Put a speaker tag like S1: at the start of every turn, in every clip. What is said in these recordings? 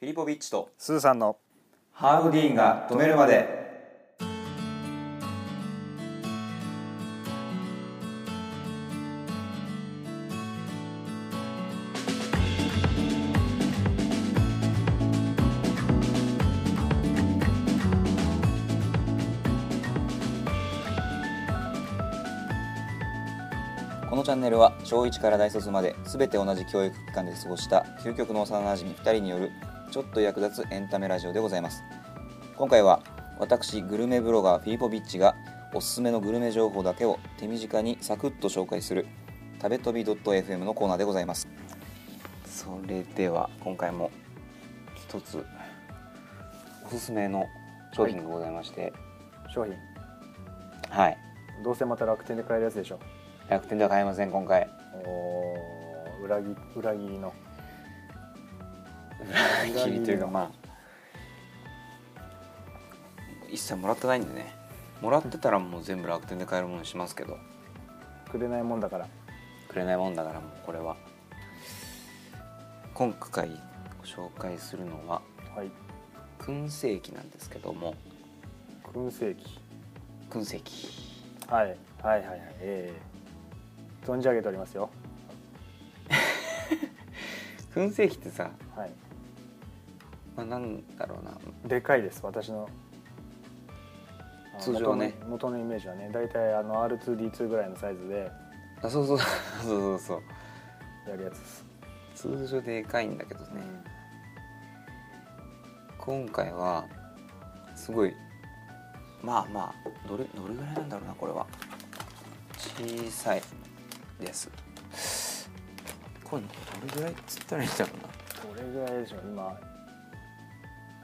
S1: フィリポビッチと
S2: スーさんの
S1: ハーブディーンが止めるまでこのチャンネルは小1から大卒まで全て同じ教育機関で過ごした究極の幼馴染2人によるちょっと役立つエンタメラジオでございます今回は私グルメブロガーフィリポビッチがおすすめのグルメ情報だけを手短にサクッと紹介する食べ飛び .fm のコーナーでございますそれでは今回も一つおすすめの商品がございまして
S2: 商品
S1: はい
S2: どうせまた楽天で買えるやつでしょ
S1: 楽天では買えません今回
S2: おー裏切裏切りの
S1: 裏切りというかまあ一切もらってないんでねもらってたらもう全部楽天で買えるものにしますけど
S2: くれないもんだから
S1: くれないもんだからもうこれは今回ご紹介するのは
S2: はい
S1: 燻製機なんですけども
S2: 燻製機
S1: 燻製機
S2: はいはいはいはいええ存じ上げておりますよ
S1: 燻製機ってさ、
S2: はい
S1: まあ、なんだろうな
S2: でかいです私のあ
S1: 通常ね
S2: 元の元のイメージはね大体あの R2D2 ぐらいのサイズで
S1: あそうそう そうそうそう
S2: やるやつです、
S1: 通常でかいんだけどね、今回はすごいまあまあどれどれぐらいなんだろうなこれは小さいですこれどれぐらいっつったらいいんだろうな
S2: これぐらいでしょ今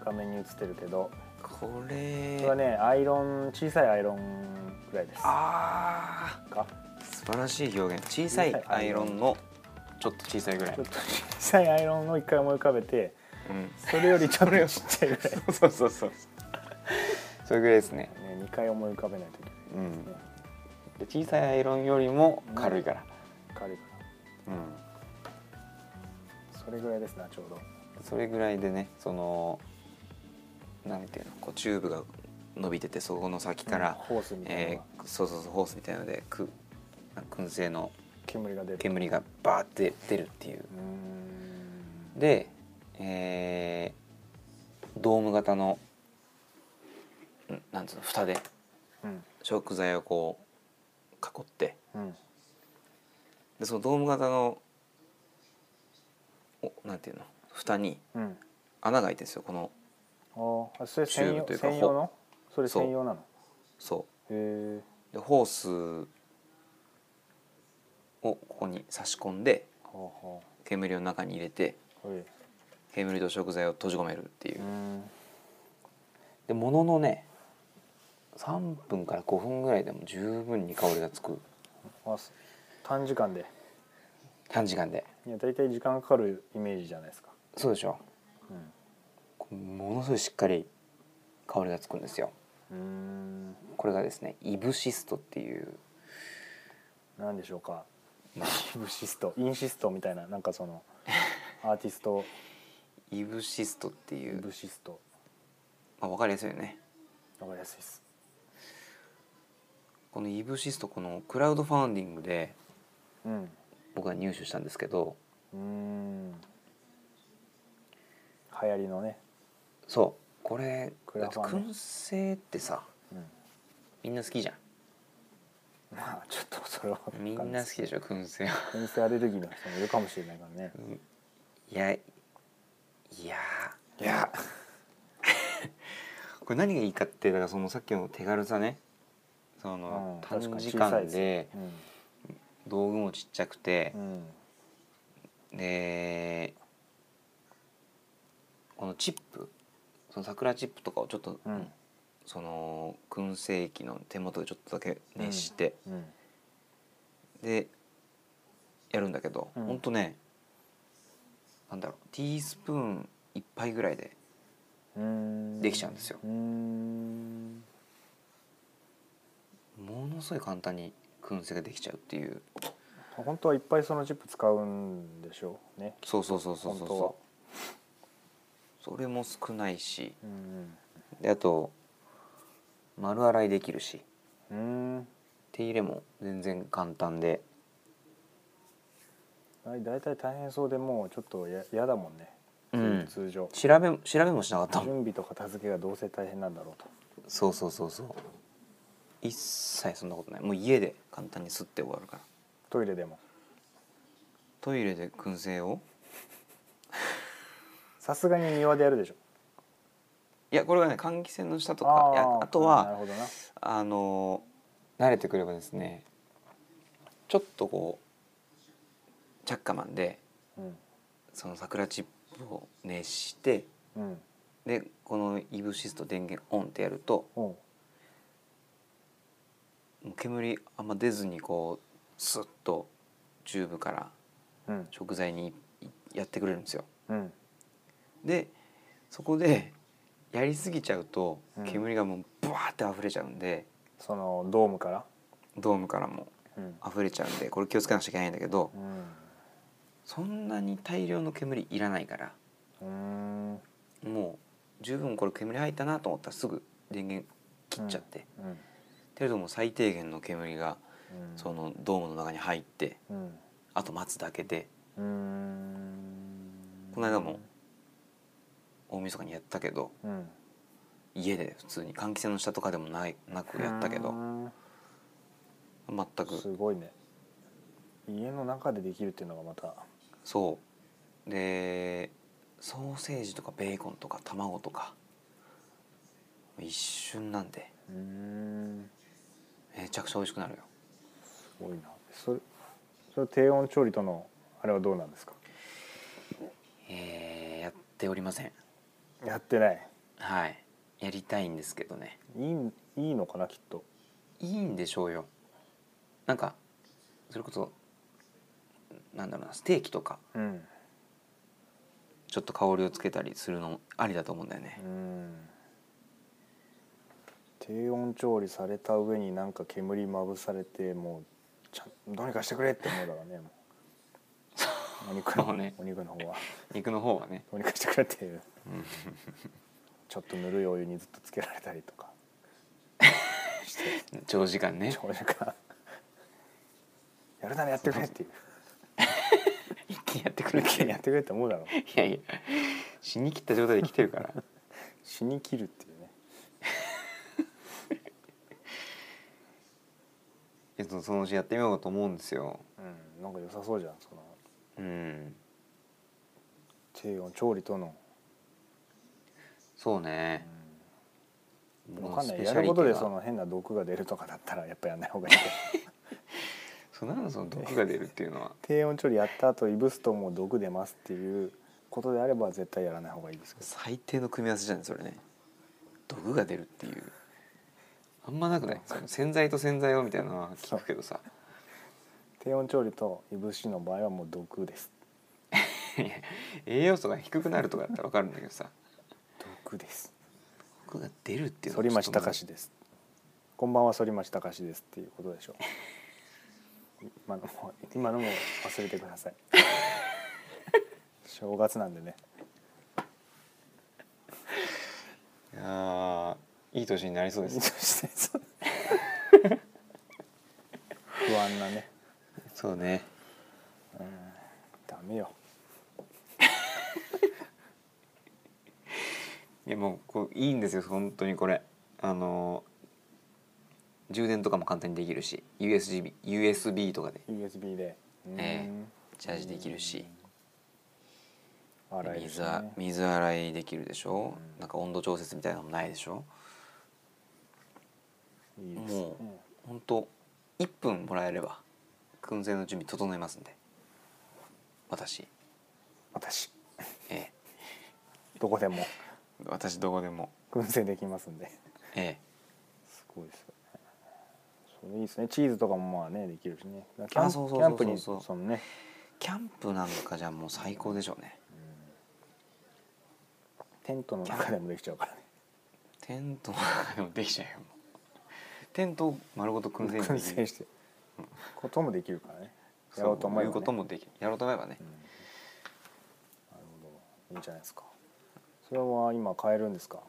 S2: 画面に映ってるけど
S1: こ
S2: こ
S1: れ
S2: れはねアイロン小さいアイロンぐらいです
S1: あ
S2: か
S1: ー素晴らしい表現小さいアイロンのちょっと小さいぐらい
S2: ちょっ、と小さいアイロンを一回思い浮かべて
S1: うん、
S2: それよりちょっとちっちゃいぐらい、ね、
S1: そうそうそうそれぐらいですね、
S2: 2回思い浮かべないといけない
S1: うん
S2: ね、
S1: で小さいアイロンよりも軽いから、
S2: 軽いか
S1: うん、
S2: らそれぐらいですなちょうど
S1: それぐらいでねそのなんていうのこうチューブが伸びててそこの先か
S2: うん
S1: ら、
S2: ホースみたいなの
S1: え
S2: が
S1: ーそうそうそうホースみたいなのでくなんか燻製の
S2: 煙が出る
S1: 煙がバーって出るっていう
S2: うーん
S1: で、えードーム型のんなんつうの蓋で
S2: うん
S1: 食材をこう囲って
S2: うん
S1: でそのドーム型のおなんていうの蓋に
S2: うん
S1: 穴が開いてるんですよこの
S2: ああそれ専
S1: チ
S2: 用
S1: ューブというか
S2: 専用のそれ専用なの
S1: そう
S2: へえ
S1: でホースをここに差し込んで
S2: ほうほ
S1: 煙の中に入れて
S2: うはい
S1: 煙と食材を閉じ込めるっていう
S2: ー
S1: う、
S2: ん
S1: でもののね3分から5分ぐらいでも十分に香りがつく
S2: あす短時間で
S1: 短時間で
S2: いや大体時間かかるイメージじゃないですか、
S1: そうでしょ
S2: うん
S1: こうものすごいしっかり香りがつくんですよ
S2: うーん
S1: これがですねイブシストっていう
S2: 何でしょうか
S1: まあ
S2: イブシストインシストみたいななんかそのアーティスト
S1: イブシストって
S2: イ
S1: いう、
S2: ブシスト
S1: まあ、分かりやすいよね
S2: わかりやすいです
S1: このイブシストこのクラウドファウンディングで
S2: うんう
S1: 僕は入手したんですけど
S2: ーん流行りのね、
S1: そうこれ
S2: ク
S1: だ
S2: ラ
S1: って
S2: ファンね
S1: 燻製ってさ
S2: うん、
S1: みんな好きじゃ
S2: まあちょっとそれはわか
S1: んみん
S2: な
S1: ない好きでしょ燻製は
S2: 燻製アレルギーの人もいるかもしれないからね
S1: いやいや
S2: いや
S1: これ何がいいかってだからそのさっきの手軽さねそ
S2: うん
S1: の短
S2: 確かに
S1: 時
S2: 小さい
S1: 間
S2: です
S1: で道具もちっちゃくて
S2: う、ん、うん、
S1: でこのチップその桜チップとかをちょっと、
S2: うん
S1: その燻製機の手元でちょっとだけ熱して、
S2: うん、
S1: でやるんだけど、
S2: うん
S1: ほんとねなんだろうティースプーン1杯ぐらいで
S2: うーん
S1: できちゃうんですよ
S2: うーん
S1: ものすごい簡単に燻製ができちゃうっていう
S2: 本当はいっぱいそのチップ使うんでしょうね
S1: そうそうそうそうそう
S2: 本当は
S1: そうそれも少ないし
S2: うん
S1: であと丸洗いできるし
S2: うんうん
S1: 手入れも全然簡単で
S2: はい大体大変そうでもうちょっとや嫌だもんね、
S1: うん
S2: 通常
S1: 調べ調べもしなかったもん
S2: 準備と片付けがどうせ大変なんだろうと
S1: そうそうそうそう一切そんなことないもう家で簡単に吸って終わるから
S2: トイレでも
S1: トイレで燻製を
S2: さすがに庭でやるでしょ
S1: いやこれはね換気扇の下とか
S2: あ
S1: いや
S2: ー
S1: あと
S2: なる
S1: は
S2: ほどな
S1: あの慣れてくればですねちょっとこうチャッカマンで
S2: うん
S1: その桜チップを熱して
S2: うん
S1: でこの EV シスト電源オンってやると
S2: おう
S1: もう煙あんま出ずにこうスッとチューブから
S2: うん
S1: 食材にいやってくれるんですよ。
S2: うん
S1: でそこでやりすぎちゃうと
S2: うん
S1: 煙がもうブワーって溢れちゃうんで、
S2: そのドームから
S1: ドームからも
S2: うん
S1: 溢れちゃうんでこれ気をつけなきゃいけないんだけど
S2: うん
S1: そんなに大量の煙いらないから
S2: うーん
S1: もう十分これ煙入ったなと思ったらすぐ電源切っちゃって、
S2: うん
S1: けれども最低限の煙が
S2: うん
S1: そのドームの中に入って
S2: うん
S1: あと待つだけで
S2: うーん
S1: この間も大晦日にやったけど
S2: うん
S1: 家で普通に換気扇の下とかでもないなくやったけど
S2: うん
S1: 全
S2: す
S1: く
S2: ごいね家の中でできるっていうのがまた
S1: そうでソーセージとかベーコンとか卵とか一瞬なんで
S2: うーん
S1: めちゃくちゃ美味しくなるよ
S2: すごいなそれそれ低温調理とのあれはどうなんですか
S1: えーやっておりません
S2: やってない
S1: はいやりたいんですけどね
S2: いいいいのかなきっと
S1: いいんでしょうよなんかそれこそなんだろうなステーキとか
S2: うん
S1: ちょっと香りをつけたりするのありだと思うんだよね
S2: うん低温調理された上になんか煙まぶされてもうちゃんどうにかしてくれって思うだろうね もうお肉
S1: そ
S2: の、
S1: うね
S2: お肉の方は
S1: 肉の方はね
S2: どうにかしてくれっていうちょっとぬるいお湯にずっとつけられたりと かして
S1: 長時間ね
S2: 長時間やるならやってくれっていう
S1: 一気にやってくれてい
S2: やってくれって思うだろう
S1: やいや死に切った状態で来てるから
S2: 死に切るっていうね
S1: えっとそのうちやってみようと思うんですよ
S2: うんなんか良さそうじゃんその
S1: うん
S2: 低温調理との、
S1: そう
S2: う
S1: ね
S2: ん
S1: もう
S2: わかんな
S1: ス
S2: い
S1: ペシ
S2: や
S1: ャ
S2: る
S1: リ
S2: こ
S1: ティ
S2: と
S1: が
S2: でその変な毒が出るとかだったらやっぱやんない方がいい けど
S1: そうなんだその毒が出るっていうのは
S2: 低温調理やった後いぶすともう毒出ますっていうことであれば絶対やらない方がいいですけど
S1: 最低の組み合わせじゃないそれね毒が出るっていうあんまなくないその洗剤と洗剤をみたいなのは聞くけどさ
S2: 低温調理といぶしの場合はもう毒です
S1: いや栄養素が低くなるとかだったら分かるんだけどさ
S2: 毒です
S1: 毒が出るっていう
S2: 反町
S1: 高
S2: 隆史ですこんばんは反町隆史ですっていうことでしょう今のも今のも忘れてくださ い正月なんでね
S1: いやーいい年になりそうです
S2: 不安なね
S1: そうね
S2: ダメよ
S1: いやもうこういいんですよ本当にこれあのー充電とかも簡単にできるし USB, USB とかで
S2: USB で、うん
S1: ええチャージできるし
S2: 洗えるし
S1: 水
S2: ね
S1: は水洗いできるでしょ、なんか温度調節みたいなのもないでしょ
S2: いいですね
S1: もう本当1分もらえれば燻製の準備整えますんで私
S2: 私
S1: ええ
S2: どこでも
S1: 私どこでも
S2: 燻製できますんで
S1: え
S2: すごいですよねそれいいですねチーズとかもまあねできるしねだから
S1: あ
S2: キャ
S1: そ
S2: ン
S1: うそう
S2: キャンプ
S1: そう
S2: に
S1: そう
S2: そ
S1: そう
S2: のね
S1: えキャンプなんかじゃもう最高でしょうね
S2: テントの中でもできちゃうからね
S1: テントの中でもできちゃうよもうテントを丸ごと燻製に
S2: 燻
S1: でき
S2: 製
S1: る
S2: してこともできるからね
S1: そ
S2: やろうと思えば、ね、
S1: いうこともできるやろうと思えばね
S2: うんなるほどいいんじゃないですかそそれは今買えるんですか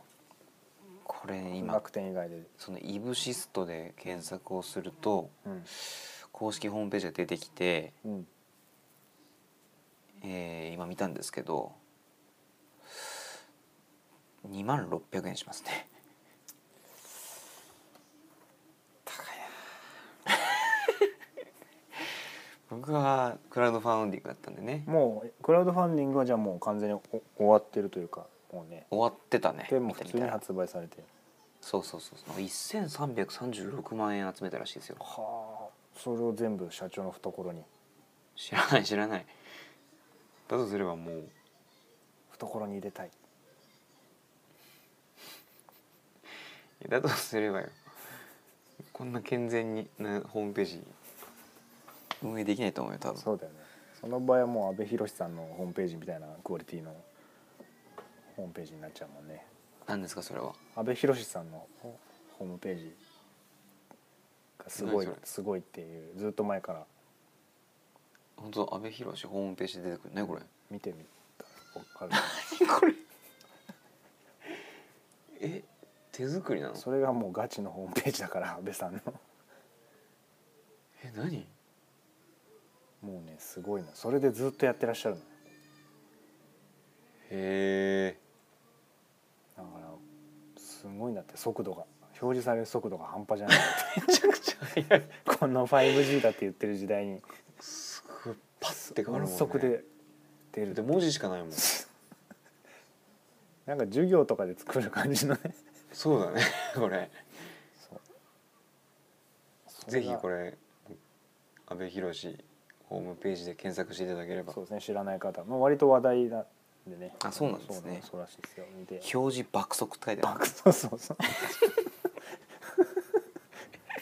S1: これ今
S2: 楽天以外で、
S1: そのイブシストで検索をすると
S2: うん
S1: 公式ホームページが出てきて、
S2: うん、
S1: えー今見たんですけど2万600円します ね高いな僕はクラウドファウンディングだったんでね
S2: もうクラウドファンディングはじゃあもう完全にお終わってるというかもうね
S1: 終わってたね
S2: でも
S1: 見
S2: 普
S1: た見
S2: 通に
S1: た
S2: 発売されてる
S1: そうそうそうそう1336万円集めたらしいですよ
S2: はあそれを全部社長の懐に
S1: 知らない知らないだとすればもう
S2: 懐に入れたい
S1: いやだとすればよこんな健全になホームページ運営できないと思うよ多分
S2: そうだよねその場合はもう阿部寛さんのホームページみたいなクオリティのホームページになっちゃうもんね
S1: 何ですかそれは
S2: 阿部寛さんのホホームページがすごい
S1: 何それ
S2: すごいっていうずっと前から
S1: 本当阿部寛ホームページで出てくるねこれ
S2: 見てみたら分かる
S1: これえ手作りなの
S2: それがもうガチのホームページだから阿部さんの
S1: え何
S2: もうねすごいなそれでずっとやってらっしゃるのよ
S1: へえ
S2: だからすごいんだって速度が表示される速度が半端じゃない
S1: めちゃくちゃ速い
S2: こんな 5G だって言ってる時代に
S1: すごいパッて変わるもん、ね、
S2: 音速で出
S1: で
S2: る
S1: 文字しかないもん
S2: なんか授業とかで作る感 じのね
S1: そうだね これ
S2: そう
S1: ぜひこ
S2: れ
S1: れ阿部寛ホームページで検索していただけれ
S2: が
S1: ば
S2: そうですね知らない方も割と話題なんでね
S1: あそうなんですね
S2: そうらしいですよ見て
S1: 表示爆速って書いてある
S2: 爆そうそうそう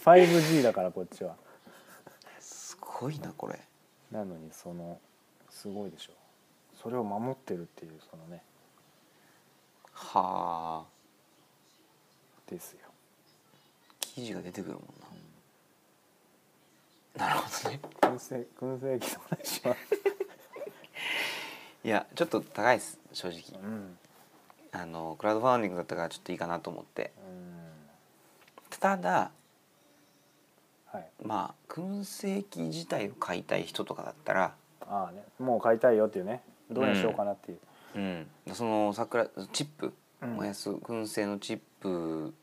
S2: 5G だからこっちは
S1: すごいなこれ
S2: なのにそのすごいでしょそれを守ってるっていうそのね
S1: はあ
S2: ですよ
S1: 記事が出てくるもんな、なるほどね
S2: 燻製燻製機の話は
S1: いやちょっと高いです正直
S2: うん
S1: あのクラウドファンディングだったからちょっといいかなと思って
S2: うん
S1: ただ
S2: はい
S1: まあ燻製機自体を買いたい人とかだったら
S2: ああねもう買いたいよっていうねどうにしようかなっていう、
S1: うんその桜チップ
S2: うん
S1: 燃やす燻製のチップ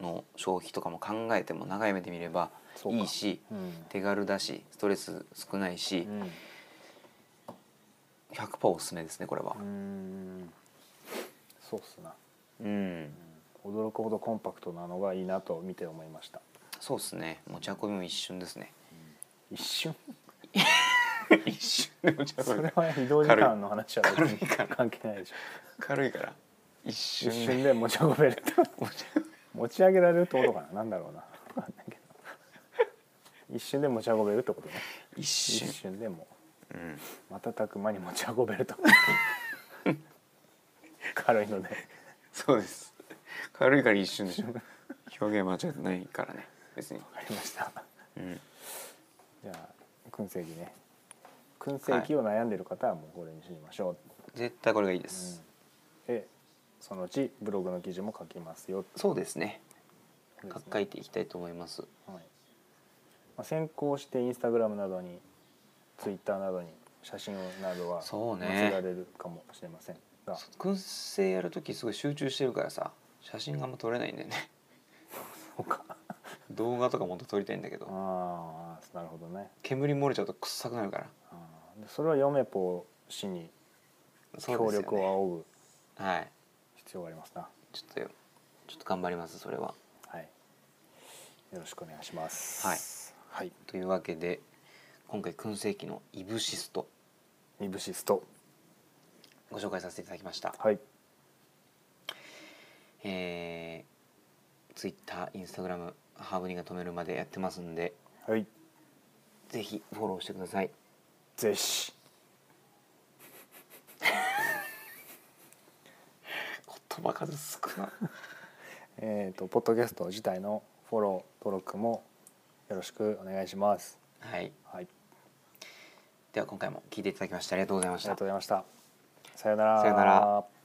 S1: の消費とかも考えても長い目で見れば
S2: そうか
S1: いいし
S2: うん
S1: 手軽だしストレス少ないし
S2: うん
S1: 100%おすすめですねこれは
S2: うーんそうっすな、
S1: うん
S2: うん、驚くほどコンパクトなのがいいなと見て思いました
S1: そうですね持ち運びも一瞬ですね
S2: 一瞬
S1: 一瞬で持ち
S2: それは移動時間の話は別に
S1: 軽いから
S2: 関係ないでしょ
S1: 軽いから一瞬
S2: 一
S1: で
S2: 瞬で持ち運べると
S1: 持ち
S2: 持ち上げられるってことかななんだろうなわかんないけど一瞬で持ち運べるってことね
S1: 一
S2: 一
S1: 瞬
S2: 瞬でも
S1: うん
S2: う瞬く間に持ち運べると 軽いので
S1: そうです軽いから一瞬でしょ表現間違ってないからね別に
S2: わかりました
S1: うん
S2: じゃあ燻製機ね燻製機を悩んでる方はもうこれにしましょう、
S1: 絶対これがいいで
S2: うん
S1: す、
S2: でそのうちブログの記事も書きますよ
S1: そうですね
S2: そうですね
S1: 書いていきたいと思います
S2: はいまあ、先行してインスタグラムなどにツイッターなどに写真をなどは
S1: そうね
S2: 載せられるかもしれませんが、
S1: 燻製やる時すごい集中してるからさ写真があんま撮れないんだよね
S2: そうか
S1: 動画とかもっと撮りたいんだけど
S2: ああなるほどね
S1: 煙漏れちゃうと臭くなるから
S2: あーでそれはヨメポ氏に
S1: そう
S2: 協
S1: ですよね
S2: 力を仰ぐ
S1: はい
S2: 必要がありますな、
S1: ちょっとよちょっと頑張りますそれは
S2: はいよろしくお願いしますはい、はい、
S1: というわけで今回燻製機のイブシスト
S2: ニブシスト
S1: ご紹介させていただきました、
S2: はい
S1: えー、Twitter、Instagram ハーブニーが止めるまでやってますんで
S2: はい
S1: ぜひフォローしてください
S2: ぜひ
S1: 言葉数少な
S2: えー、とポッドキャスト自体のフォロー登録もよろしくお願いします。
S1: はい
S2: はい、
S1: では今回も聞いていただきましてありがとうございま
S2: あ
S1: し
S2: りが
S1: た
S2: とうございました。さようなら。
S1: さようなら。